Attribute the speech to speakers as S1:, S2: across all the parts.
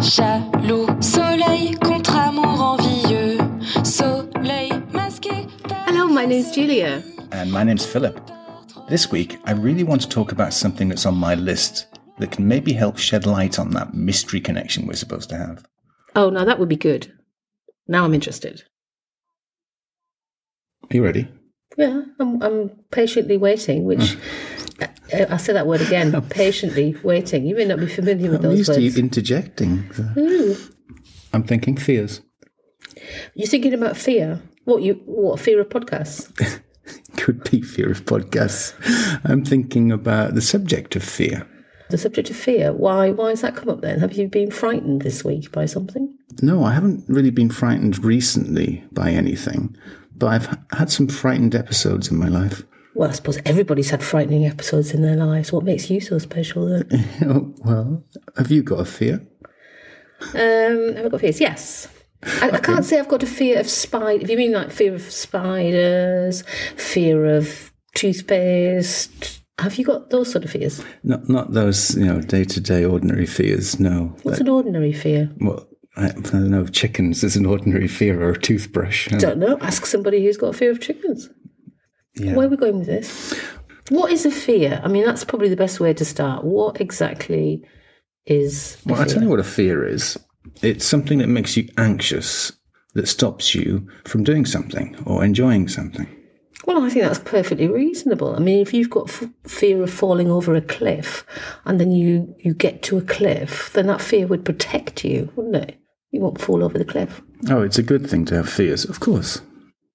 S1: jaloux. Soleil contre amour envieux. Soleil masqué. par
S2: Hello, my name's Julia.
S3: And my name's Philip. This week, I really want to talk about something that's on my list that can maybe help shed light on that mystery connection we're supposed to have.
S2: Oh, now that would be good. Now I'm interested.
S3: Are you ready?
S2: Yeah, I'm, I'm patiently waiting, which I- I'll say that word again patiently waiting. You may not be familiar with those words.
S3: interjecting.
S2: Ooh.
S3: I'm thinking fears.
S2: You're thinking about fear. What you what fear of podcasts?
S3: Could be fear of podcasts. I'm thinking about the subject of fear.
S2: The subject of fear. Why why has that come up then? Have you been frightened this week by something?
S3: No, I haven't really been frightened recently by anything, but I've h- had some frightened episodes in my life.
S2: Well, I suppose everybody's had frightening episodes in their lives. What makes you so special then?
S3: Oh, well, have you got a fear?
S2: Um, have I got fears? Yes. I, I can't say I've got a fear of spider. If you mean like fear of spiders, fear of toothpaste, have you got those sort of fears?
S3: Not, not those, you know, day to day ordinary fears. No,
S2: What's an ordinary fear?
S3: well, I, I don't know. if Chickens is an ordinary fear, or a toothbrush. Um,
S2: Don't know. Ask somebody who's got a fear of chickens.
S3: yeah.
S2: Where are we going with this? What is a fear? I mean, that's probably the best way to start. What exactly is? a
S3: Well, I
S2: fear?
S3: tell you what a fear is. It's something that makes you anxious, that stops you from doing something or enjoying something.
S2: Well, I think that's perfectly reasonable. I mean, if you've got f- fear of falling over a cliff and then you, you get to a cliff, then that fear would protect you, wouldn't it? You won't fall over the cliff.
S3: Oh, it's a good thing to have fears, of course.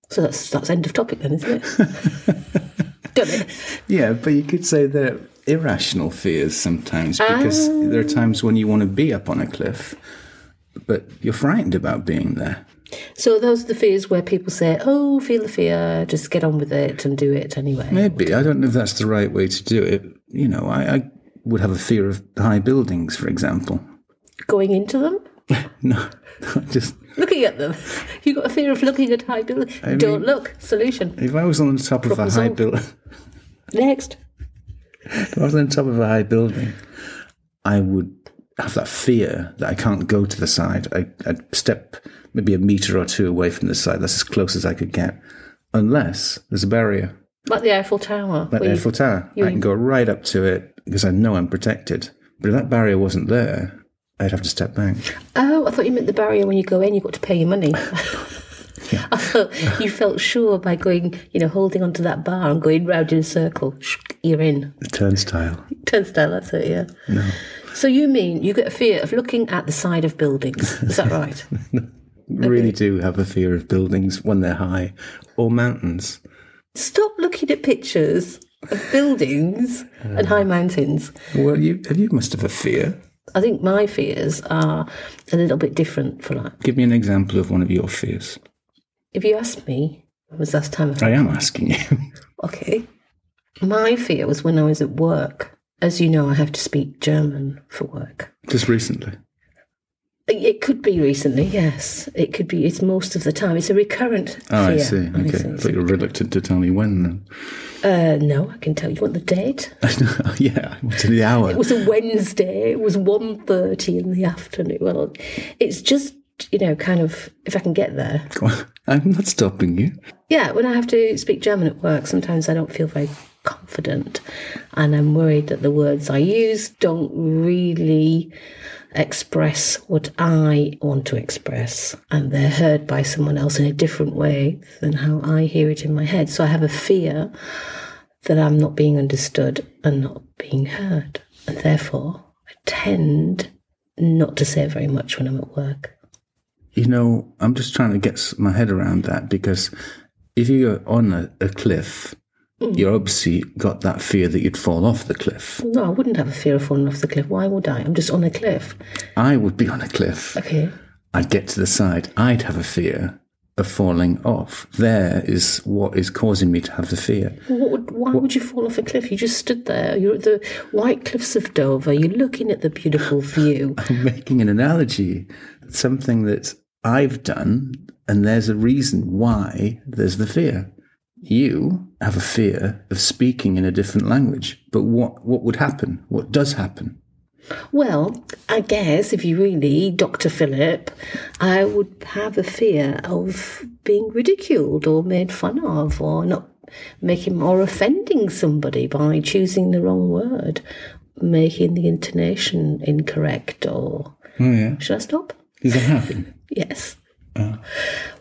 S2: So that's that's end of topic then, isn't it? Done it.
S3: Yeah, but you could say they're irrational fears sometimes because there are times when you want to be up on a cliff, but you're frightened about being there.
S2: So those are the fears where people say, "Oh, feel the fear, just get on with it and do it anyway."
S3: Maybe. I don't know if that's the right way to do it. You know, I, I would have a fear of high buildings, for example.
S2: Going into them,
S3: No, I just
S2: looking at them, you got a fear of looking at high buildings. Don't look. Solution
S3: if I was on the top of a
S2: Problem
S3: high
S2: solved.
S3: building,
S2: next.
S3: if I was on top of a high building, I would have that fear that I can't go to the side. I, I'd step maybe a meter or two away from the side. That's as close as I could get, unless there's a barrier.
S2: Like the Eiffel Tower.
S3: Like
S2: where
S3: the
S2: you-
S3: Eiffel Tower. I can go right up to it because I know I'm protected. But if that barrier wasn't there, I'd have to step back.
S2: Oh, I thought you meant the barrier when you go in, you've got to pay your money. I thought you felt sure by going, you know, holding onto that bar and going round in a circle. You're in.
S3: The turnstile.
S2: Turnstile, that's it, yeah. So you mean you get a fear of looking at the side of buildings. Is that right?
S3: Really do have a fear of buildings when they're high or mountains.
S2: Stop looking at pictures of buildings and high mountains.
S3: Well, you you must have a fear.
S2: I think my fears are a little bit different for that.
S3: Give me an example of one of your fears.
S2: If you asked me, when was the last time I
S3: I am asking you.
S2: Okay. My fear was when I was at work. As you know, I have to speak German for work.
S3: Just recently.
S2: It could be recently, yes. It could be. It's most of the time. It's a recurrent
S3: Oh,
S2: fear.
S3: I see. Okay. I thought you were reluctant to tell me when then.
S2: Uh, no, I can tell you. Want the date?
S3: yeah, I wanted the hour.
S2: It was a Wednesday. It was 1.30 in the afternoon. Well, it's just you know, kind of. If I can get there,
S3: I'm not stopping you.
S2: Yeah, when I have to speak German at work, sometimes I don't feel very confident. And I'm worried that the words I use don't really express what I want to express. And they're heard by someone else in a different way than how I hear it in my head. So I have a fear that I'm not being understood and not being heard. And therefore, I tend not to say very much when I'm at work.
S3: You know, I'm just trying to get s- my head around that because if you're on a, a cliff,
S2: Mm.
S3: you're obviously got that fear that you'd fall off the cliff.
S2: No, I wouldn't have a fear of falling off the cliff. Why would I? I'm just on a cliff.
S3: I would be on a cliff.
S2: Okay.
S3: I'd get to the side. I'd have a fear of falling off. There is what is causing me to have the fear.
S2: What would, why would you fall off a cliff? You just stood there. You're at the White Cliffs of Dover. You're looking at the beautiful view.
S3: I'm making an analogy, something that I've done, and there's a reason why there's the fear. You have a fear of speaking in a different language, but what, what would happen? What does happen?
S2: Well, I guess if you really, Dr. Philip, I would have a fear of being ridiculed or made fun of or not making or offending somebody by choosing the wrong word, making the intonation incorrect or. Should I stop?
S3: Does that happen?
S2: Yes.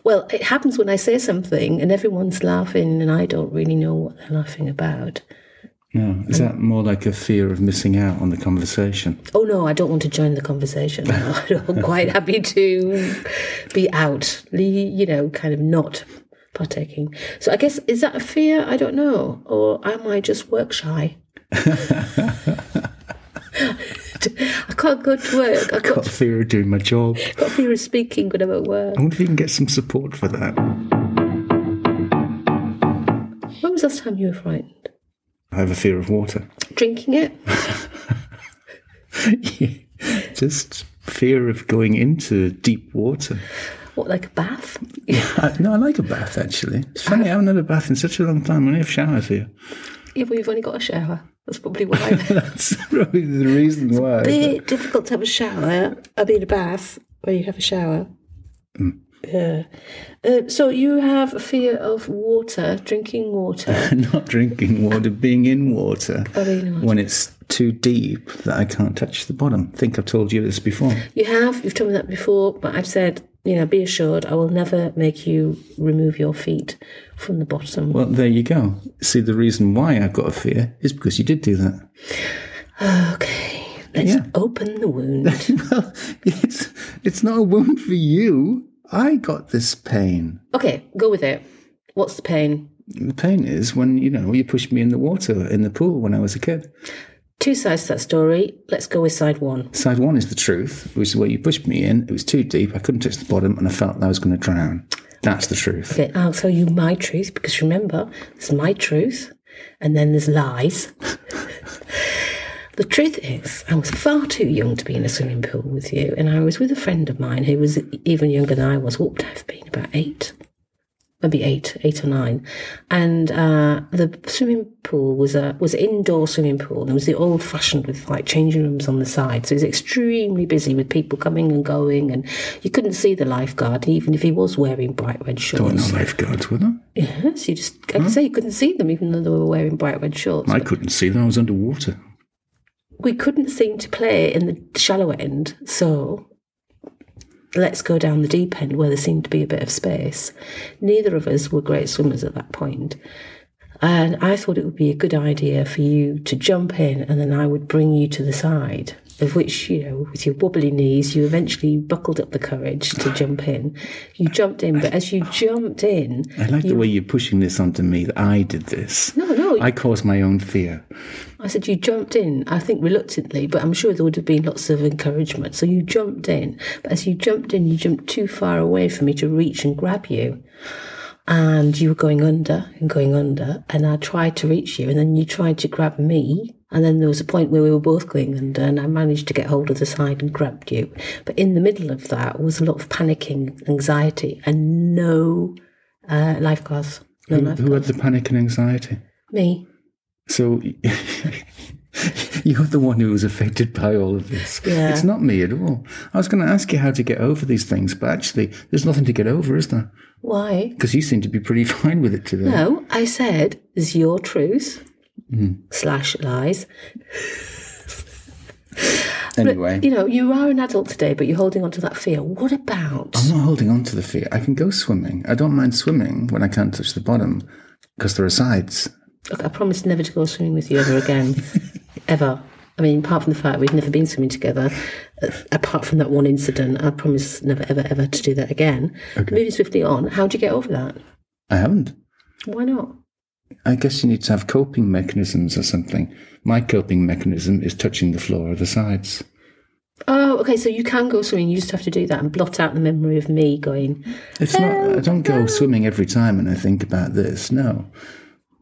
S2: Well, it happens when I say something and everyone's laughing and I don't really know what they're laughing about.
S3: No. Is that more like a fear of missing out on the conversation?
S2: Oh no, I don't want to join the conversation. I'm quite happy to be out, le- you know, kind of not partaking. So I guess, is that a fear? I don't know. Or am I just work shy? I can't go to work. I've
S3: Got
S2: got,
S3: a fear of doing my job.
S2: got a fear of speaking when I'm at work.
S3: I wonder if you can get some support for that.
S2: When was the last time you were frightened?
S3: I have a fear of water.
S2: Drinking it?
S3: Just fear of going into deep water.
S2: What, like a bath?
S3: I, no, I like a bath actually. It's funny, I haven't had a bath in such a long time. I only have showers here.
S2: Yeah, but you've only got a shower. That's probably why.
S3: That's probably the reason why.
S2: bit difficult to have a shower. I mean, a bath where you have a shower. Yeah. Uh, so you have a fear of water, drinking water.
S3: Not drinking water, being in water.
S2: being in water.
S3: When it's too deep that I can't touch the bottom. I think I've told you this before.
S2: you have. You've told me that before, but I've said, you know, be assured, I will never make you remove your feet from the bottom.
S3: Well, there you go. See, the reason why I've got a fear is because you did do that.
S2: Okay. Let's
S3: Yeah.
S2: open the wound.
S3: well, it's, it's not a wound for you. I got this pain.
S2: okay, go with it. What's the pain?
S3: The pain is when, you know, you pushed me in the water in the pool when I was a kid.
S2: Two sides to that story. Let's go with side one.
S3: Side one is the truth, which is where you pushed me in. It was too deep. I couldn't touch the bottom and I felt that I was going to drown. That's the truth.
S2: Okay, I'll tell you my truth because remember, there's my truth and then there's lies. the truth is, I was far too young to be in a swimming pool with you, and I was with a friend of mine who was even younger than I was. What would I have been? About eight? Maybe eight, eight or nine, and uh, the swimming pool was a was an indoor swimming pool. And it was the old fashioned with like changing rooms on the side, so it was extremely busy with people coming and going, and you couldn't see the lifeguard even if he was wearing bright red shorts.
S3: We're not lifeguards, were there?
S2: Yes, you just, like I say, you couldn't see them even though they were wearing bright red shorts.
S3: I couldn't see them. I was underwater.
S2: We couldn't seem to play in the shallow end, so let's go down the deep end where there seemed to be a bit of space. Neither of us were great swimmers at that point. And I thought it would be a good idea for you to jump in and then I would bring you to the side. Of which, you know, with your wobbly knees, you eventually buckled up the courage to jump in. You jumped in, but as you jumped in,
S3: I like the way you're pushing this onto me that I did this.
S2: no, no,
S3: I caused my own fear.
S2: I said, You jumped in, I think reluctantly, but I'm sure there would have been lots of encouragement. So you jumped in. But as you jumped in, you jumped too far away for me to reach and grab you. And you were going under and going under. And I tried to reach you, and then you tried to grab me. And then there was a point where we were both going under, and I managed to get hold of the side and grabbed you. But in the middle of that was a lot of panicking, anxiety, and no uh, lifeguards. No
S3: Who, who had
S2: lifeguards.
S3: the panic and anxiety?
S2: Me.
S3: So you're the one who was affected by all of this.
S2: Yeah.
S3: It's not me at all. I was going to ask you how to get over these things, but actually, there's nothing to get over, is there?
S2: Why?
S3: Because you seem to be pretty fine with it today.
S2: No, I said is your truth slash lies.
S3: Anyway,
S2: You know, you are an adult today, but you're holding on to that fear. What about?
S3: I'm not holding on to the fear. I can go swimming. I don't mind swimming when I can't touch the bottom because there are sides.
S2: Look, I promise never to go swimming with you ever again, ever. I mean, apart from the fact we've never been swimming together, uh, apart from that one incident, I promise never, ever, ever to do that again. Moving swiftly on, how do you get over that?
S3: I haven't.
S2: Why not?
S3: I guess you need to have coping mechanisms or something. My coping mechanism is touching the floor or the sides.
S2: Oh, okay, so you can go swimming, you just have to do that and blot out the memory of me going,
S3: It's not. I don't go swimming every time, and I think about this. No,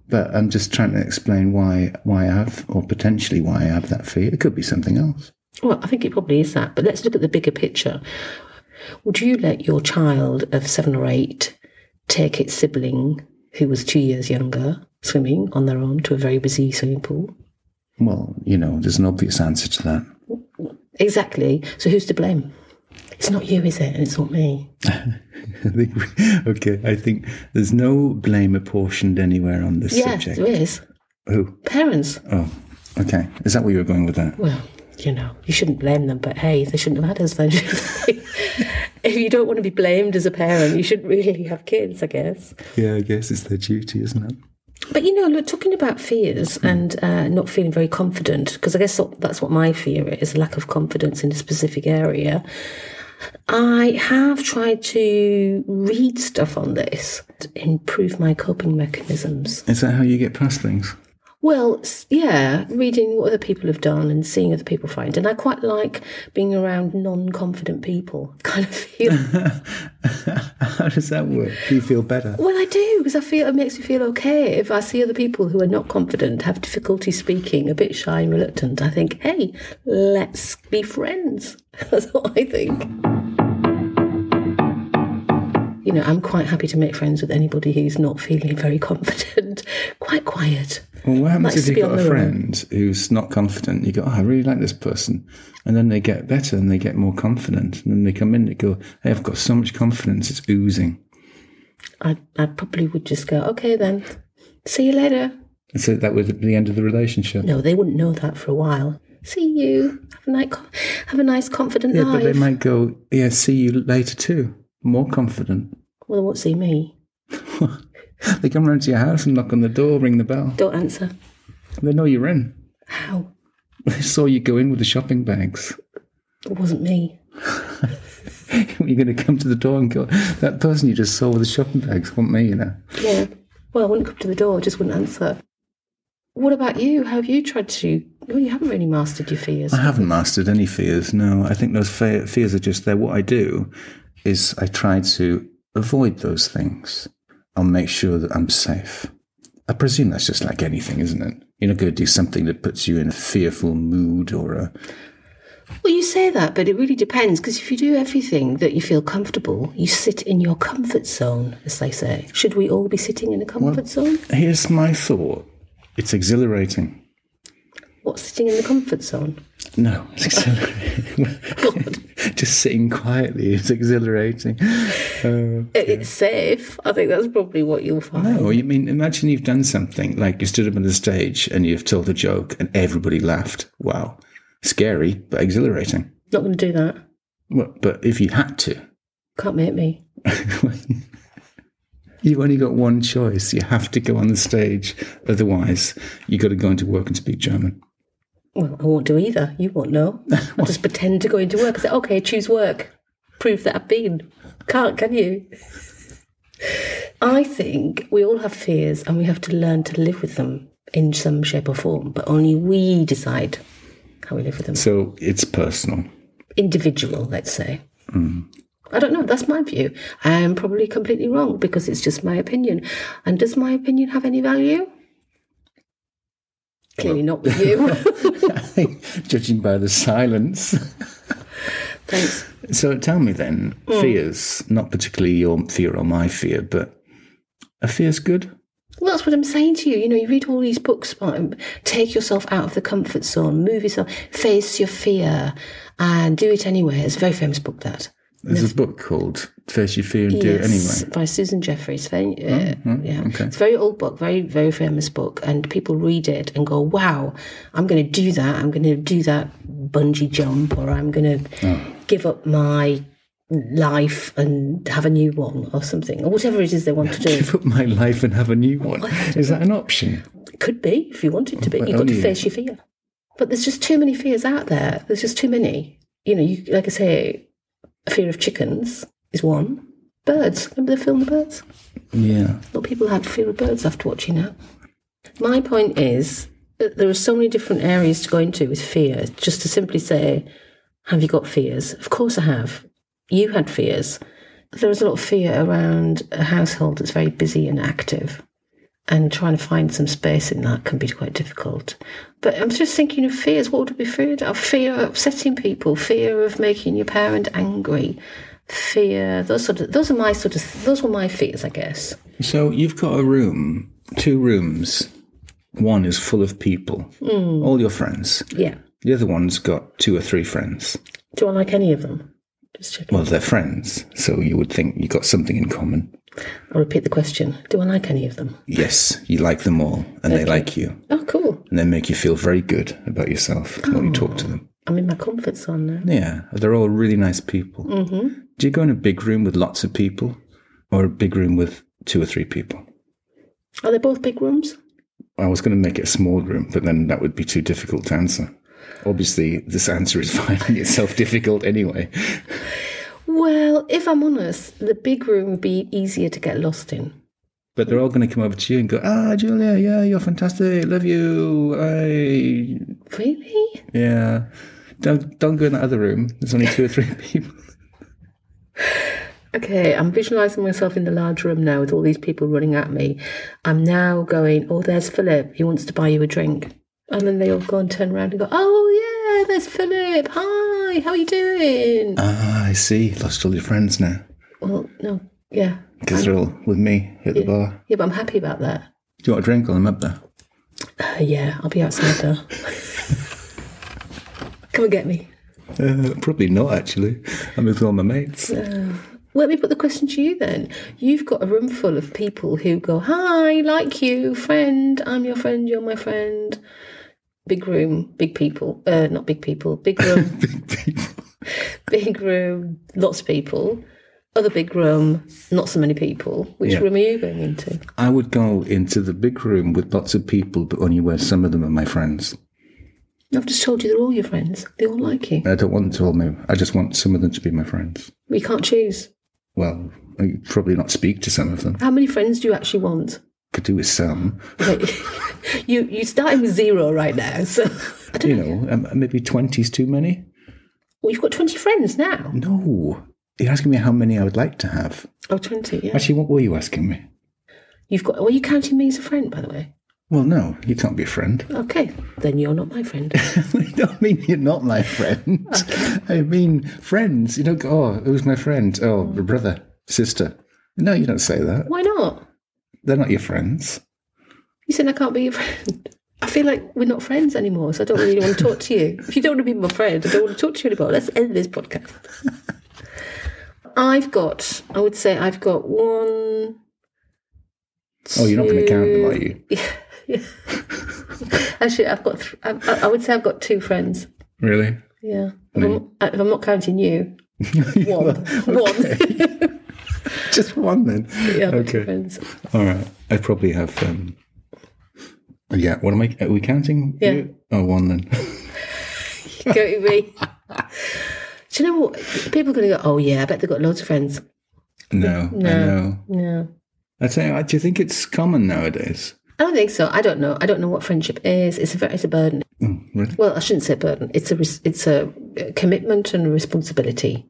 S3: but I'm just trying to explain why why I have, or potentially why I have that fear. It could be something else.
S2: Well, I think it probably is that. But let's look at the bigger picture. Would you let your child of seven or eight take its sibling, who was two years younger, swimming on their own to a very busy swimming pool?
S3: Well, you know, there's an obvious answer to that.
S2: Exactly. So who's to blame? It's not you, is it? And it's not me.
S3: I think we- okay, I think there's no blame apportioned anywhere on this
S2: Yeah,
S3: subject.
S2: there is.
S3: Who?
S2: Parents.
S3: Oh, okay. Is that where you were going with that?
S2: Well, you know, you shouldn't blame them, but hey, they shouldn't have had us then. should they? if you don't want to be blamed as a parent, you shouldn't really have kids, I guess.
S3: Yeah, I guess it's their duty, isn't it?
S2: But you know, look, talking about fears and uh, not feeling very confident, because I guess what- that's what my fear is a lack of confidence in a specific area. I have tried to read stuff on this to improve my coping mechanisms.
S3: Is that how you get past things?
S2: Well, s- yeah, reading what other people have done and seeing other people find. And I quite like being around non confident people. Kind of feel,
S3: How does that work? Do you feel better?
S2: well, I do, because I feel it makes me feel okay. If I see other people who are not confident, have difficulty speaking, a bit shy and reluctant, I think, hey, let's be friends. That's what I think. You know, I'm quite happy to make friends with anybody who's not feeling very confident, quite quiet.
S3: Well, what happens
S2: Likes
S3: if
S2: to
S3: you've
S2: be
S3: got
S2: on
S3: a
S2: their own.
S3: friend who's not confident? You go, oh, I really like this person. And then they get better and they get more confident. And then they come in and go, hey, I've got so much confidence, it's oozing.
S2: I, I probably would just go, okay, then, see you later.
S3: And so that would be the end of the relationship.
S2: No, they wouldn't know that for a while. See you. Have a nice, have a nice, confident
S3: Yeah, but
S2: life.
S3: they might go, yeah, see you later too. More confident.
S2: Well, they won't see me.
S3: They come round to your house and knock on the door, ring the bell.
S2: Don't answer.
S3: They know you're in.
S2: How?
S3: They saw you go in with the shopping bags.
S2: It wasn't me.
S3: You're going to come to the door and go, that person you just saw with the shopping bags, wasn't me, you know.
S2: Yeah. Well, I wouldn't come to the door. I just wouldn't answer. What about you? How have you tried to? Well, you haven't really mastered your fears.
S3: I haven't mastered any fears. No, I think those fe- fears are just there. What I do is I try to avoid those things. I'll make sure that I'm safe. I presume that's just like anything, isn't it? You're not going to do something that puts you in a fearful mood or a.
S2: Well, you say that, but it really depends because if you do everything that you feel comfortable, you sit in your comfort zone, as they say. Should we all be sitting in a comfort zone?
S3: Here's my thought it's exhilarating.
S2: What's sitting in the comfort zone?
S3: No, it's exhilarating. just sitting quietly is exhilarating.
S2: It- It's safe. I think that's probably what you'll find.
S3: No, Oh, you mean imagine you've done something like you stood up on the stage and you've told a joke and everybody laughed. Wow, scary but exhilarating.
S2: Not going to do that.
S3: Well, but if you had to,
S2: Can't make me.
S3: you've only got one choice. You have to go on the stage, otherwise you got to go into work and speak German.
S2: Well, I won't do either. You won't know. I'll just pretend to go into work. I say, okay, choose work. Prove that I've been. Can't, can you? I think we all have fears and we have to learn to live with them in some shape or form, but only we decide how we live with them.
S3: So it's personal.
S2: Individual, let's say. I don't know. That's my view. I am probably completely wrong because it's just my opinion. And does my opinion have any value? Clearly not with you.
S3: Judging by the silence.
S2: Thanks.
S3: So tell me then, fears, not particularly your fear or my fear, but are fears good?
S2: Well, that's what I'm saying to you. You know, you read all these books about take yourself out of the comfort zone, move yourself, face your fear, and do it anyway. It's a very famous book that.
S3: There's a book called Face Your Fear and Do It Oh, Anyway.
S2: by Susan Jeffries. Very, uh, yeah, it's a very old book, very very famous book, and people read it and go, "Wow, I'm going to do that. I'm going to do that bungee jump, or I'm going to
S3: Oh.
S2: give up my." Life and have a new one, or something, or whatever it is they want to do.
S3: Give up my life and have a new one. Is that an option?
S2: Could be if you wanted to be.
S3: But
S2: You've got to
S3: only-
S2: face your fear. But there's just too many fears out there. There's just too many. You know, you like I say, a fear of chickens is one. Birds. Remember the film The Birds?
S3: Yeah.
S2: A lot of people had fear of birds after watching that. My point is that there are so many different areas to go into with fear. Just to simply say, have you got fears? Of course I have. You had fears. There is a lot of fear around a household that's very busy and active. And trying to find some space in that can be quite difficult. But I'm just thinking of fears. What would I be feared of? Fear of upsetting people, fear of making your parent angry, fear. Those sort of those are my sort of those were my fears, I guess.
S3: So you've got a room, two rooms. One is full of people, all your friends.
S2: Yeah.
S3: The other one's got two or three friends.
S2: Do I like any of them? Just checking.
S3: Well, they're friends, so you would think you got something in common.
S2: I'll repeat the question. Do I like any of them?
S3: Yes, you like them all, and they like you,
S2: Oh, cool.
S3: and they make you feel very good about yourself when you talk to them.
S2: I'm in my comfort zone now.
S3: Yeah, they're all really nice people. Mm-hmm. Do you go in a big room with lots of people, or a big room with two or three people?
S2: Are they both big rooms?
S3: I was going to make it a small room, but then that would be too difficult to answer. Obviously, this answer is finding itself difficult anyway.
S2: Well, if I'm honest, the big room would be easier to get lost in.
S3: But they're all going to come over to you and go, "Ah, Julia, yeah, you're fantastic. Love you. I,
S2: Really?
S3: yeah." Don't don't go in that other room. There's only two or three people.
S2: Okay, I'm visualizing myself in the large room now with all these people running at me. I'm now going, oh, there's Philip. He wants to buy you a drink. And then they all go and turn around and go, oh, yeah, there's Philip. Hi, how are you doing?
S3: Ah, I see. Lost all your friends now
S2: well, no, yeah.
S3: because they're all with me at the bar.
S2: Yeah, but I'm happy about that.
S3: Do you want a drink while I'm up there?
S2: Uh, yeah, I'll be outside now. Come and get me.
S3: Uh, probably not actually. I'm with all my mates.
S2: Let me put the question to you then. You've got a room full of people who go, Hi, like you, friend, I'm your friend, you're my friend. Big room, big people, uh, not big people, big room,
S3: Big people.
S2: big room, lots of people. Other big room, not so many people. Which
S3: Yeah.
S2: room are you going into?
S3: I would go into the big room with lots of people, but only where some of them are my friends.
S2: I've just told you they're all your friends. They all like you.
S3: I don't want them to all know. I just want some of them to be my friends.
S2: We can't choose.
S3: Well, I probably not speak to some of them.
S2: How many friends do you actually want?
S3: Could do with some,
S2: Wait, you you starting with zero right now, so I don't
S3: you
S2: know.
S3: know, um, maybe 20's too many.
S2: Well, you've got twenty friends now.
S3: No, you're asking me how many I would like to have.
S2: Oh, 20, yeah.
S3: Actually, what were you asking me?
S2: You've got. Well, you counting me as a friend, by the way.
S3: Well, no, you can't be a friend.
S2: Okay, then you're not my friend.
S3: I don't mean you're not my friend. I mean friends. You don't go, oh, who's my friend? Oh, brother, sister. No, you don't say that.
S2: Why not?
S3: They're not your friends.
S2: You said I can't be your friend. I feel like we're not friends anymore, so I don't really want to talk to you. If you don't want to be my friend, I don't want to talk to you anymore. Let's end this podcast. I've got. I would say I've got one.
S3: Oh, you're not going to count them, are you?
S2: Actually, I've got. Th- I've, I I would say I've got two friends.
S3: Really?
S2: Yeah. If I'm, if I'm not counting you, one. One.
S3: Just one then.
S2: yeah, I've got two
S3: okay.
S2: friends.
S3: All right. I probably have. Um, yeah. What am I? Are we counting?
S2: Yeah.
S3: you? Oh, one then.
S2: go to me. Do you know what? People are going to go, oh, yeah, I bet they've got loads of friends.
S3: no. I know.
S2: No.
S3: I tell you, I- do you think it's common nowadays?
S2: I don't think so. I don't know. I don't know what friendship is. It's a very, it's a burden.
S3: Really?
S2: Well, I shouldn't say burden. It's a res- it's a uh, commitment and a responsibility.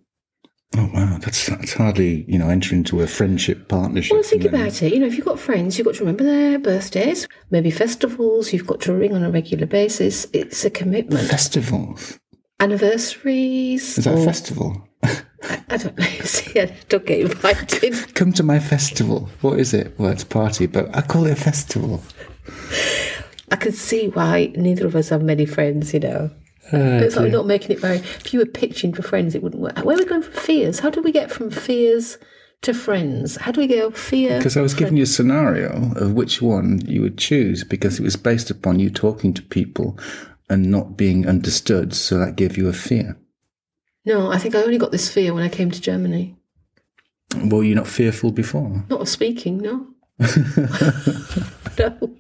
S3: Oh wow, that's that's hardly you know entering into a friendship partnership.
S2: Well, think
S3: and then-
S2: about it. You know, if you've got friends, you've got to remember their birthdays, maybe festivals. You've got to ring on a regular basis. It's a commitment.
S3: Festivals.
S2: Anniversaries.
S3: Is that
S2: or-
S3: a festival?
S2: I don't know. See, I don't get invited.
S3: Come to my festival. What is it? Well, it's a party, but I call it a festival.
S2: I can see why neither of us have many friends, you know. it's like we're not making it very. If you were pitching for friends, it wouldn't work. Where are we going from fears? How do we get from fears to friends? How do we go fear?
S3: Because I was giving you a scenario of which one you would choose because it was based upon you talking to people and not being understood. So that gave you a fear.
S2: No, I think I only got this fear when I came to Germany.
S3: Were you not fearful before?
S2: Not of speaking, no. no.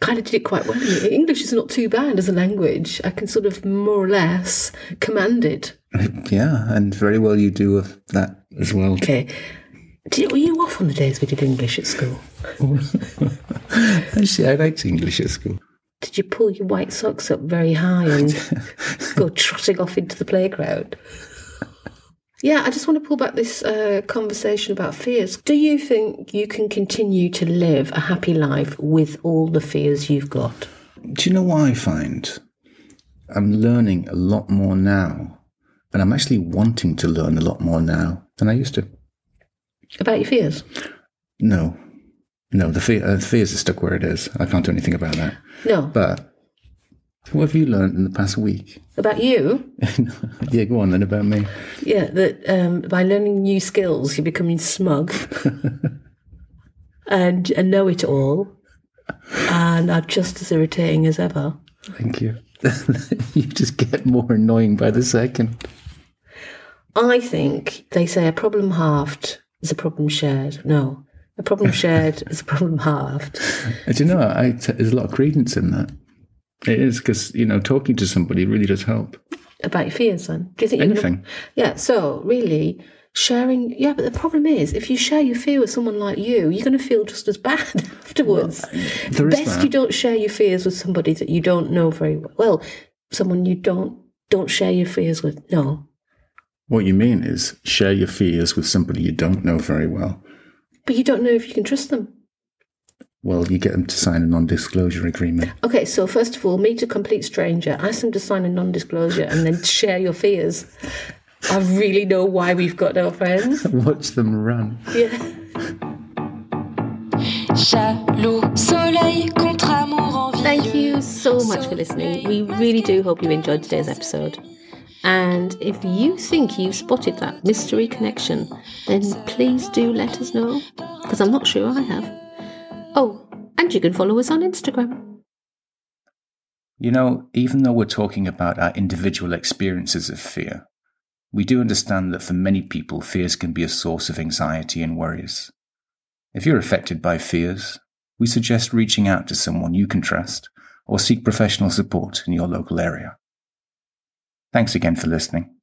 S2: Kind of did it quite well. English is not too bad as a language. I can sort of more or less command it.
S3: Yeah, and very well you do of that as well.
S2: Okay. Did, were you off on the days we did English at school?
S3: Actually, I liked English at school.
S2: Did you pull your white socks up very high and go trotting off into the playground? Yeah, I just want to pull back this uh, conversation about fears. Do you think you can continue to live a happy life with all the fears you've got?
S3: Do you know what I find? I'm learning a lot more now, and I'm actually wanting to learn a lot more now than I used to.
S2: About your fears?
S3: No, no, the fear, uh, fears are stuck where it is. I can't do anything about that.
S2: No.
S3: But What have you learned in the past week?
S2: About you,
S3: yeah, go on then about me.
S2: Yeah, that um, by learning new skills, you're becoming smug and a know it all and are just as irritating as ever.
S3: Thank you. you just get more annoying by the second.
S2: I think they say a problem halved is a problem shared. No, a problem shared is a problem halved.
S3: And you know, I t- there's a lot of credence in that. It is because you know talking to somebody really does help.
S2: About your fears, then. Do you think you're gonna-
S3: Anything.
S2: Yeah, so really. Sharing, yeah, but the problem is if you share your fear with someone like you, you're going to feel just as bad afterwards.
S3: There is
S2: best
S3: that.
S2: you don't share your fears with somebody that you don't know very well. Well, someone you don't don't share your fears with. No,
S3: What you mean is share your fears with somebody you don't know very well.
S2: but you don't know if you can trust them.
S3: Well, you get them to sign a non-disclosure agreement.
S2: Okay, so first of all, meet a complete stranger, ask them to sign a non-disclosure, and then share your fears. I really know why we've got no friends.
S3: Watch them run.
S2: Yeah.
S1: Jaloux, soleil contre amour envieux.
S4: Thank you so much for listening. We really do hope you enjoyed today's episode. And if you think you've spotted that mystery connection, then please do let us know, because I'm not sure I have. Oh, and you can follow us on Instagram.
S3: You know, even though we're talking about our individual experiences of fear, we do understand that for many people, fears can be a source of anxiety and worries. If you're affected by fears, we suggest reaching out to someone you can trust or seek professional support in your local area. Thanks again for listening.